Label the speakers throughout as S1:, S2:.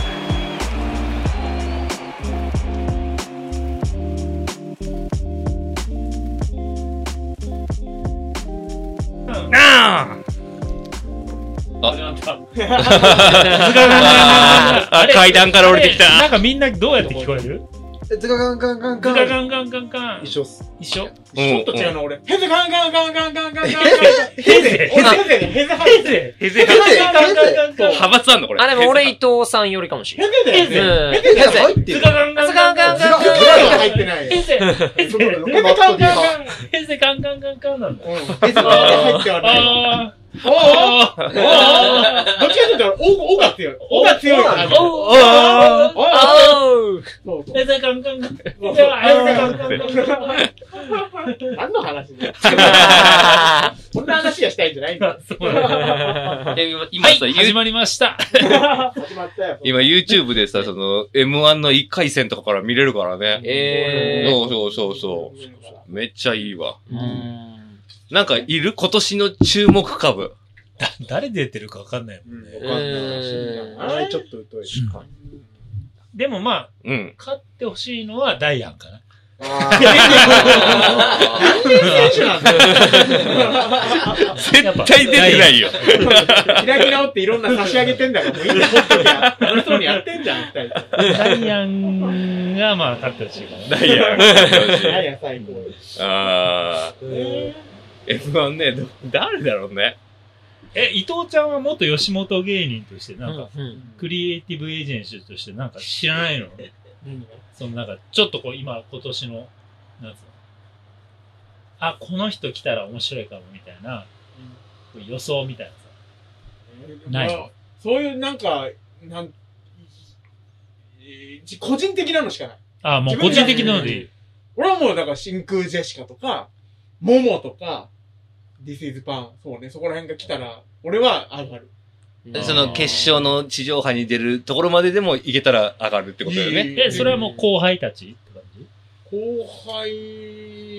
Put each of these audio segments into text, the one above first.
S1: Hey.
S2: なあ
S3: あ
S2: あ
S3: れ
S2: 階段から降りてき
S3: あれな
S2: た
S3: んかみんなどうやって聞こえる
S4: え、ズカガンガンガン
S3: ガ
S4: ガン。
S3: ガンガンガンガン。
S4: 一緒っす。
S3: 一緒
S2: うん
S5: ちょっと違うな、俺。ヘゼガンガンガンガンガンガンガンガン。
S3: ヘゼヘゼ
S5: 俺ヘゼね、ヘゼ
S3: ヘゼ
S2: へぜ
S4: ヘゼ
S3: ガンガンガンガンガン
S2: 派閥あんのこれ
S6: あ、でも俺伊藤さんよりかもしれ
S5: ヘ
S6: ない。
S5: ゼだよ
S3: ヘゼ
S5: ね。
S6: うん。
S4: え、入って
S3: ズ
S4: る。
S3: カガンガンガンガン
S4: ズカガンガンガン入ってない。
S3: ヘゼヘゼ
S4: そこだよ
S5: ヘゼガンガンガ
S3: ヘゼガンガンガン
S5: ンガン。
S3: ガンなんだ。
S5: うん、ヘゼガンガン入ってはない。
S3: あー
S5: おー
S3: あ
S5: おーおーどっちかというと、お、おが強い。おが強い感じ。
S3: おー
S5: おー
S6: おう
S5: そうそう
S3: ヘゼガンガンガン。ヘ
S5: そう
S3: ゼ
S5: そう
S3: ガンガンガンガンガン。
S5: 何の話だよ
S6: あ
S5: こんな話がしたいんじゃないんだ。
S3: そうだね
S6: ーで
S2: 今
S6: 今今さ
S2: さ、
S6: ゆ
S2: ゆ
S3: 始まりました。
S5: 始まったよ。
S2: 今 YouTube でさ、その M1 の1回戦とかから見れるからね。
S6: えー
S2: そうそうそうそう。めっちゃいいわ。
S6: うん
S2: なんかいる今年の注目株。
S3: 誰出てるかわかんない。
S5: うん。
S4: わかんないし。あれちょっと疎い。
S3: でもまあ、
S2: うん。
S3: 勝ってほしいのはダイアンかな。
S5: 何年選手なんだよ。
S2: 絶対出てないよ。
S5: 開き直っていろんな差し上げてんだから、もういいんだよ。楽しそうにやってんじゃん、二人。
S3: ダイアンがまあ勝ってほしいかな。
S2: ダイヤ。よし
S5: 何や、最高。
S2: あー。F1 ね、ど誰だろうね。
S3: え、伊藤ちゃんは元吉本芸人として、なんか、
S6: うん
S3: クリエイティブエージェンシーとして、なんか知らないのそのなんか、ちょっとこう、今、今年の、なんつうの、あ、この人来たら面白いかも、みたいな、こう予想みたいなさ。ない
S5: そういう、なんか、なん、えー個人的なのしかない。
S3: あ、もう個人的なのでいい。
S5: 俺はもう、だから、真空ジェシカとか、モモとか、This is Pan、そうね、そこら辺が来たら、俺は上がる。
S6: うん
S2: その決勝の地上波に出るところまででもいけたら上がるってことだよね。
S3: え、それはもう後輩たちって感
S5: 後輩。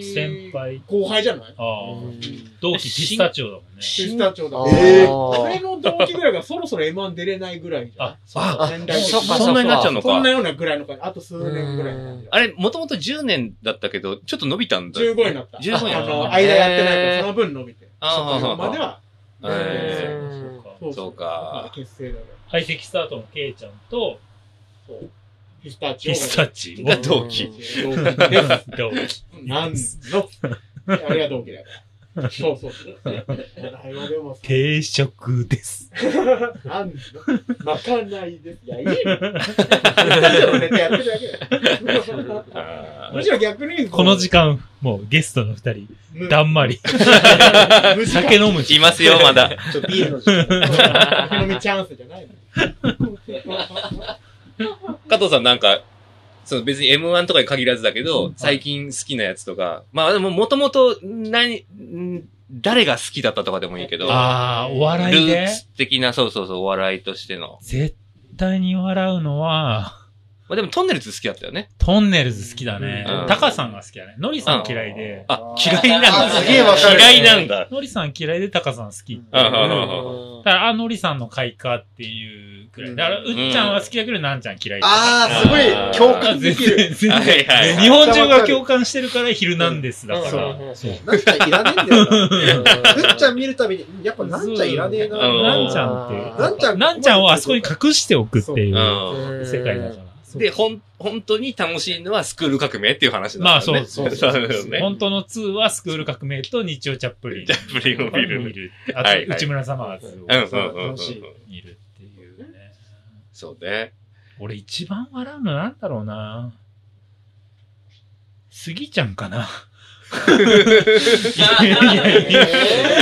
S3: じ先。輩。
S5: 後輩じゃない
S3: ああ、
S6: うん
S3: 同期ピスタチオだもんね。
S5: シスタチョだ。
S4: えー
S5: 俺の同期ぐらいがそろそろ M1 出れないぐらいじゃん。
S3: あ、そうか。
S5: 年
S6: あ
S5: 代的に
S6: そっか
S2: そんなになっちゃうの
S5: そん
S2: か
S5: な。ようなぐらいの感じ。あと数年ぐらいの感じ。
S2: あれ、もともと10年だったけど、ちょっと伸びたんだ。
S5: 15になった。
S2: 15
S3: に
S5: あ
S3: なった
S5: の、間やってないから、その分伸びて。
S2: あー
S5: そこまでは。
S2: え
S6: ー
S3: そうか
S5: そう
S2: そうか
S5: まだ結成だから。
S3: 排斥スタートのケイちゃんと、
S5: そう。ピスタチオ
S3: ピ
S5: が。
S3: スタチオ
S2: が同期。
S5: 同期です。
S3: 同期
S5: なんの。あれは同期だから。そうそうそう。あれはでもさ、
S3: 定食です。
S5: なんの。まかないです。いや、いいよ。ピスタチオのネタやってるだけだよ。
S2: あ
S5: むしろ逆に、
S3: この時間、もうゲストの二人、
S5: む
S3: だんまり。
S5: むしろ
S3: 酒飲む
S2: ーいますよ、まだ。
S5: ちょっとビールの時間。酒飲みチャンスじゃないの。
S2: 加藤さんなんか、その別に M1 とかに限らずだけど、最近好きなやつとか、まあでももともと何、ん誰が好きだったとかでもいいけど、ル
S3: ああ、お笑い
S2: ー
S3: で
S2: ツ的な、そうそうそう、お笑いとしての。
S3: 絶対に笑うのは、
S2: まあでもトンネルズ好きだったよね。
S3: トンネルズ好きだね
S2: うん。
S3: タカさんが好きだね。ノリさん嫌いで。
S2: あ、嫌いなん
S4: あ
S2: だ。
S4: すげえわかる
S2: 嫌いなんだ。
S3: ノリさん嫌いでタカさん好きっていう。
S2: うんうんうん
S3: だから、あ、ノリさんの回かっていうくらい。だから、うっちゃんは好きだけど、なんちゃん嫌い。
S4: あー、すごい共感で
S3: 全
S4: きる。
S3: 然、全
S2: は
S3: 然。
S2: いはい。
S3: 日本中が共感してるから、ヒルナンデスだか
S4: うん
S3: ら。
S4: なんちゃんいらねえんだよな。ふっちゃん見るたびに、やっぱなんちゃんいらねえな。
S2: うん
S3: なんちゃんって。
S4: なんちゃん
S3: なんちゃんをあそこに隠しておくっていう
S2: うん。
S3: 世界だから。
S2: で、ほん、本当に楽しいのはスクール革命っていう話
S3: まあ
S2: なんだ
S3: そ
S2: よ
S3: う
S2: ね。
S3: そう
S2: そ
S3: そうう
S2: だよね。
S3: 本当の2はスクール革命と日曜チャップリン。
S2: プリンを見る。
S3: る。あと、
S2: はいはい
S3: 内村サマーズ
S2: うんうん
S3: を
S2: うんうん。
S3: 見るっていうね。
S2: そうね。
S3: 俺一番笑うのなんだろうな。スギちゃんか な。いやいやいや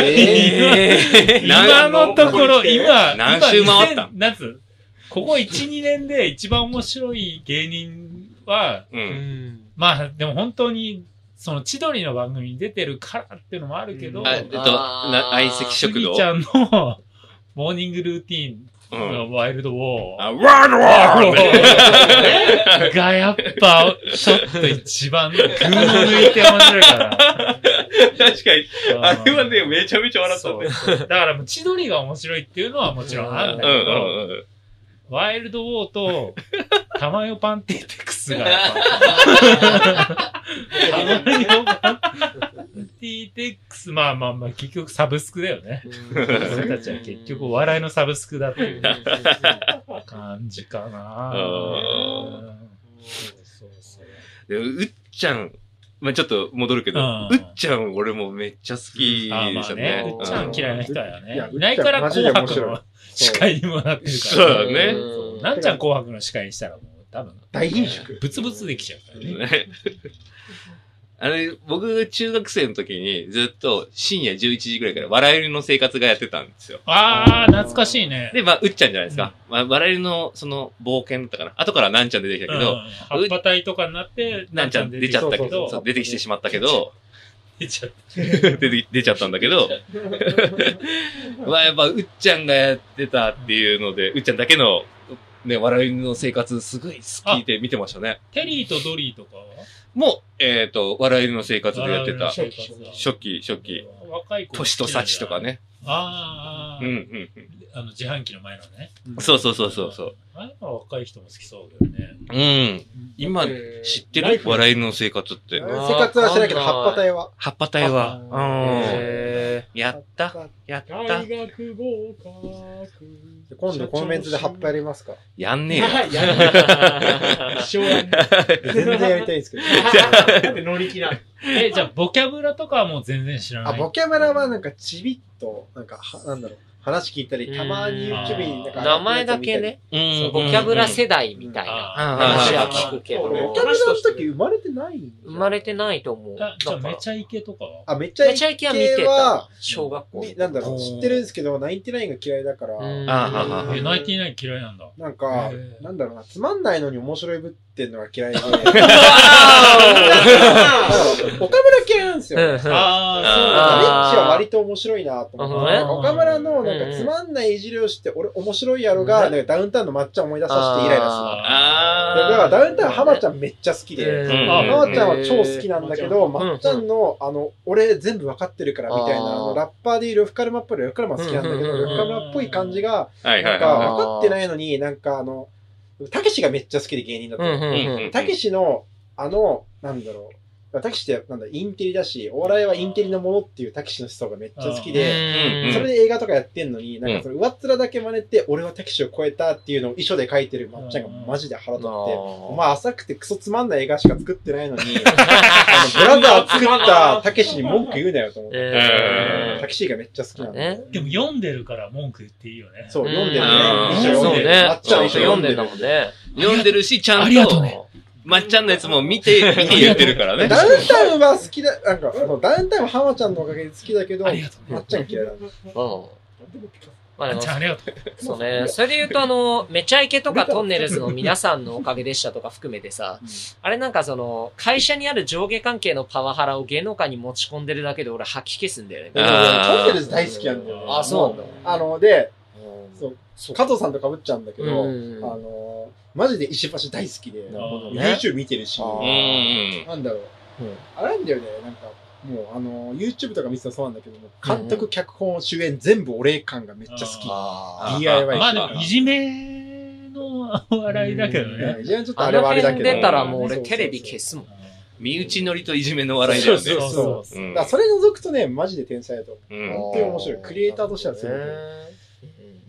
S2: え
S3: 今のところ、今、
S2: 何周回っ
S3: 今2000
S2: た
S3: 夏ここ1、2年で一番面白い芸人は、
S2: うん。
S3: まあ、でも本当に、その千鳥の番組に出てるからっていうのもあるけど、
S5: うん
S2: あ、えっと、な相席
S3: ス
S2: 食
S3: ギ
S2: 堂
S3: ち。ゃんの モーニングルーティーン
S2: うん。
S3: のワイルドウォー
S2: あ、ワードワー
S3: がやっぱちょっと一番群を抜いて面白いから。
S2: 確かに。あれはね、めちゃめちゃ笑った
S3: そ
S2: ね
S3: う。そうだからもう千鳥が面白いっていうのはもちろんあるんだ
S2: う
S3: けど、
S2: んうんうん。
S3: ワイルドウォーと、たまよパンティテックスがやっぱ、たまよパンティテックス、まあまあまあ、結局サブスクだよね。俺たちは結局お笑いのサブスクだっていう感じかな。
S2: うん
S3: うんそうそう
S2: でうっちゃん、まあちょっと戻るけど、
S3: う
S2: うんっちゃん俺もめっちゃ好き
S3: あー
S2: で
S3: ま
S2: し
S3: あ
S2: た
S3: ね
S2: ね。、
S3: うっちゃん嫌いな人だよ
S4: いや
S3: ね。いないから
S4: うっちゃ
S3: 紅
S4: んマジ
S3: 白
S4: で面白
S3: の司会にもなってるから。
S2: そうだね
S6: うん
S3: なんちゃん紅白の司会したらもう多分、
S4: 大飲食。
S3: ブツブツできちゃうからね。
S2: ねあれ、僕、中学生の時にずっと深夜11時ぐらいから笑いの生活がやってたんですよ。
S3: あー、懐かしいね。
S2: で、まあ、うっちゃんじゃないですか。まあ、笑いの、その、冒険だったかな。後からなんちゃん出てきたけど、
S3: うん、葉っぱ隊とかになって、
S2: なんちゃん出ちゃったけど、
S3: そ
S2: そうう出てきてしまったけど、
S3: 出ちゃっ
S2: 出て出ちゃったんだけど、 まあやっぱ、うっちゃんがやってたっていうので、うっちゃんだけの、ね、笑いの生活すごい好きで見てましたね。
S3: テリーとドリーとかは
S2: もう、えっ、と、笑いの生活でやってた。
S3: 我々の生活だ
S2: 初期、初期。
S3: 若い子。
S2: 年と幸とか。ね。
S3: あ
S2: う
S3: ー
S2: んう
S3: あー、
S2: ん
S3: あの、自販機の前のね。
S2: うん。そうそうそうそうそう。
S3: あれは若い人も好きそうだよね。
S2: うん。今、知ってる笑いの生活って。
S4: 生活はしてないけど、葉っぱ体は。
S2: 葉っぱ隊は。
S4: あ
S2: うん。
S6: へ
S2: やった。やった
S5: 大。学合格。
S4: 今度このメンツで葉っぱやりますか
S2: やんねえよ。
S5: はい、やる
S6: ー
S5: 一生やる。
S4: 全然や りたいんですけど。
S5: なんで乗り気なの
S3: え、じゃあ、ボキャブラとかはもう全然知らな
S4: あ、
S3: い。
S4: ボキャブラはなんかちびっと、なんか、はなんだろう、話聞いたり、たまに YouTube になんか、
S6: 名前だけね。
S2: うん
S6: ボキャブラ
S2: 世
S6: 世代みたいな
S2: うん
S6: 話は聞くけ
S5: う
S6: ど
S5: ん
S4: ボキャブラの時生まれてないんじゃない
S6: 生まれてないと思う。
S3: あじゃあ、め
S6: ゃ。
S3: ちゃイケとかは
S4: あ、めっちゃ
S6: め
S4: イ
S6: ちゃイケ
S4: ケ
S6: は見て
S4: は
S6: た。、小学校。
S4: みなんだろ
S2: お
S4: う、
S2: ー
S4: 知ってるんですけど、ナインティナインが嫌いだから、
S6: うん
S2: あははは
S3: え、ナインティナイン嫌いなんだ。
S4: なんか
S3: へー、
S4: なんだろうな、つまんないのに面白いぶってんのが嫌い で、岡村嫌いなんですよ。レッチ
S3: あ
S6: あ
S4: は割と面白いなと思って、
S6: あ
S4: なんか岡村のなんかつまんないいじりをして、俺面白いやろが、
S6: うん
S4: なんかダウンタウンの抹茶思い出させてイライラする。
S2: あ
S4: だ
S2: ー
S4: からダウンタウン浜ちゃんめっちゃ好きで、
S2: うん
S4: あ
S2: うん
S4: 浜ちゃんは超好きなんだけど、
S6: ん
S4: まっちゃんの、あの、俺全部わかってるからみたいな、
S6: あー
S4: あのラッパーでいる呂布カルマっぽい呂布カルマ好きなんだけど、
S6: うん
S4: 呂布カルマっぽい感じが、
S2: はいは
S4: ないんか
S2: は
S6: あ
S4: わかってないのに、なんかあの、たけしがめっちゃ好きで芸人だっ
S6: う
S4: た
S6: ん
S4: の。
S6: うん
S2: い。
S6: う。
S2: うんん
S4: たけしの、あの、なんだろう、たけしって、なんだ、インテリだし、お笑いはインテリのものっていうたけしの思想がめっちゃ好きで、
S2: うん
S4: それで映画とかやってんのに、なんかそれ上っ面だけ真似て、俺はたけしを超えたっていうのを遺書で書いてるまっちゃんがマジで腹立って、お前浅くてクソつまんない映画しか作ってないのに、あのブラザー作ったたけしに文句言うなよと思っ て。
S6: え
S4: たけしがめっちゃ好きなんで。
S3: ーでも読んでるから文句言っていいよね。
S4: そう、
S6: うん
S4: 読んでるね
S2: うん。
S4: 一緒に
S6: そう
S4: 読んでる。
S6: ね
S4: まっちゃんは一緒
S6: 読
S4: に
S6: ん
S4: 読んで
S6: で
S4: る
S6: たもんね。
S2: 読んでるし、ちゃんと、
S3: ありがとうね
S2: まっちゃんのやつも見て、見て言ってるから ね。
S4: ダウンタウンは好きだ、なんか、そのダウンタウンは浜ちゃんのおかげで好きだけど、
S3: ありがとうね
S4: まっちゃん嫌いなんで
S6: うん。まあで
S3: あ
S6: も
S3: じゃあ、ありがとう。
S6: そうね。それで言うと、あの、めちゃイケとかトンネルズの皆さんのおかげでしたとか含めてさ、あれなんかその、会社にある上下関係のパワハラを芸能界に持ち込んでるだけで俺吐き消すんだよね。
S4: 俺
S2: あー
S4: トンネルズ大好きなんだよ。
S6: あそうなんだ
S4: あの、で、そう
S6: そう
S4: 加藤さんとかぶっちゃうんだけど、あ
S6: うん
S4: の、マジで石橋大好きで、
S6: なるほどね
S4: YouTube 見てるし、
S6: あー
S2: うんうん。
S4: なんだろう
S6: うん。
S4: あれなんだよね、なんか、もう、あの、YouTube とか見てたらそうなんだけども、監督、脚本、主演、全部俺感がめっちゃ好
S6: あ
S4: き。DIY
S3: まあで
S4: し
S3: も、いじめのお笑いだけど
S4: て
S3: ね
S4: る。。いやちょっと
S6: あ
S4: あれ
S6: の
S4: はあれだ
S6: 辺
S4: けど。
S6: 出たらもう俺テレビ消すもん。
S2: 身内乗りといじめの笑いだよね。
S4: そうそうそう
S3: そう
S2: うん
S4: だからそれ除くとね、マジで天才だと思う。
S2: うん
S4: 本当に面白いクリエイターとしてはすごい
S6: ね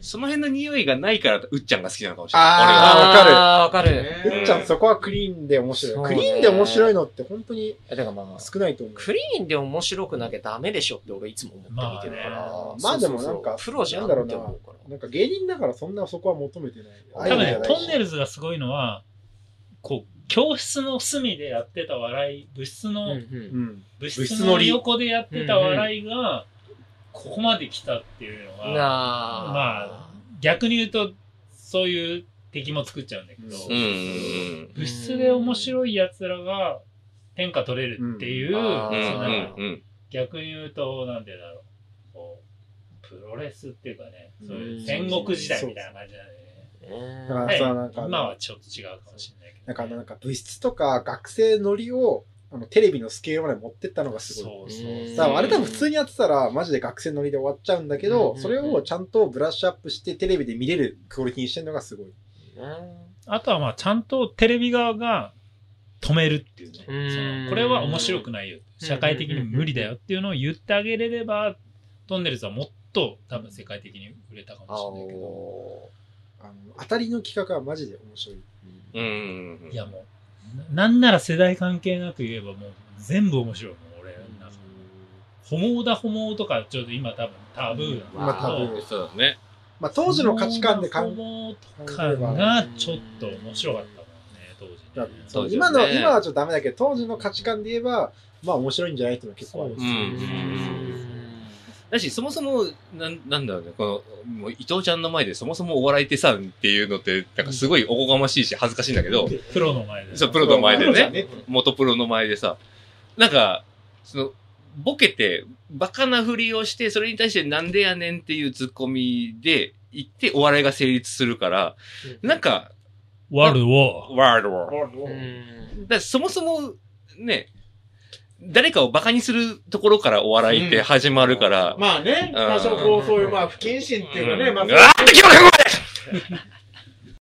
S2: その辺の匂いがないから、うっちゃんが好きなのかもしれない。
S4: あ
S6: あー、わかる。
S5: ね
S4: うっちゃん、そこはクリーンで面白い。
S6: そうね
S4: クリーンで面白いのって本当に
S6: えだからまあ、
S4: 少ないと思う。
S6: クリーンで面白くなきゃダメでしょって俺いつも思って見てるから。
S3: ま
S4: あねまあでもなんか
S6: プロじゃんって思うから。
S4: なんか芸人だからそんなそこは求めてない。
S3: 多分
S4: アイ
S3: ね
S4: デ、ア
S3: トンネ
S4: ル
S3: ルズがすごいのは、こう、教室の隅でやってた笑い、部室の、
S6: うん
S4: うん。
S3: 部
S4: 部
S3: 室
S4: 室の
S3: の
S4: り
S3: 横でやってた笑いが、ここまで来たっていうの
S6: うん、
S3: は、
S6: なあ。
S3: 逆に言うと、そういう敵も作っちゃうんだけど、
S4: うん
S2: うんうんうん。
S3: 部室で面白い奴らが、天下取れるっていう、
S6: うんあ
S3: そ
S6: ー
S3: の
S6: う
S3: なんか
S2: うんうん
S3: 逆に言うと、なんでだろう。こう、プロレスっていうかね、そういう
S6: うん
S3: 戦国時代みたいな感じなんでね。
S6: ね
S4: だか
S3: は
S4: ら
S3: い
S4: さ、なんか、
S3: 今はちょっと違うかもしれないけど。
S4: なんかあの、なんか部室とか学生のりを、あの、テレビのスケールまで持ってったのがすごい。
S3: そうそうそう。
S4: さ
S6: うん
S4: あ、あれ多分普通にやってたら、マジで学生のりで終わっちゃうんだけ
S6: う
S4: ど、
S6: ん
S4: それをちゃんとブラッシュアップしてテレビで見れるクオリティにしてるのがすごい。
S3: あとはまあ、ちゃんとテレビ側が止めるっていうね。そ
S6: うん
S3: のこれは面白くないよ。社会的に無理だよっていうのを言ってあげれれば、トンネルズはもっと多分世界的に売れたかもしれないけど。
S4: あの、当たりの企画はマジで面白い。
S2: うんうんうん。
S3: いやもう、ななんなら世代関係なく言えばもう全部面白いもん、俺の中で。ホモーダホモーとかちょっと今多分タブーなんだけ
S4: まあタブ
S3: ど
S4: ー、
S2: そうだね。
S4: まあ、当時の価値観で考
S3: ホ
S4: え
S3: モーとかがちょっと面白かったもんね、当時
S4: だ
S3: ね。
S4: そう
S2: 当時は
S4: 今
S2: ね
S4: の、今はちょっとダメだけど、当時の価値観で言えば、まあ面白いんじゃないっていうのは結構ある。
S2: うんだし、そもそも、なん、なんだろうね、この、もう伊藤ちゃんの前でそもそもお笑い手さんっていうのって、なんかすごいおこがましいし恥ずかしいんだけど、
S3: プロの前で。
S2: そう、プロの前で
S4: プロじゃ
S2: ね、
S4: ね
S2: 元プロの前でさ、なんか、その、ボケて、バカなふりをして、それに対してなんでやねんっていうツッコミで言ってお笑いが成立するから、なんか、
S3: ワルを。
S2: ワールドワールド
S6: う
S2: だ
S6: ん
S2: からそもそも、ね、誰かをバカにするところからお笑いって始まるから、
S5: まあね、多少こう、そういう、まあ、不謹慎っていうかね、
S2: うん
S5: まあ、
S2: うわーって気持ちがここまで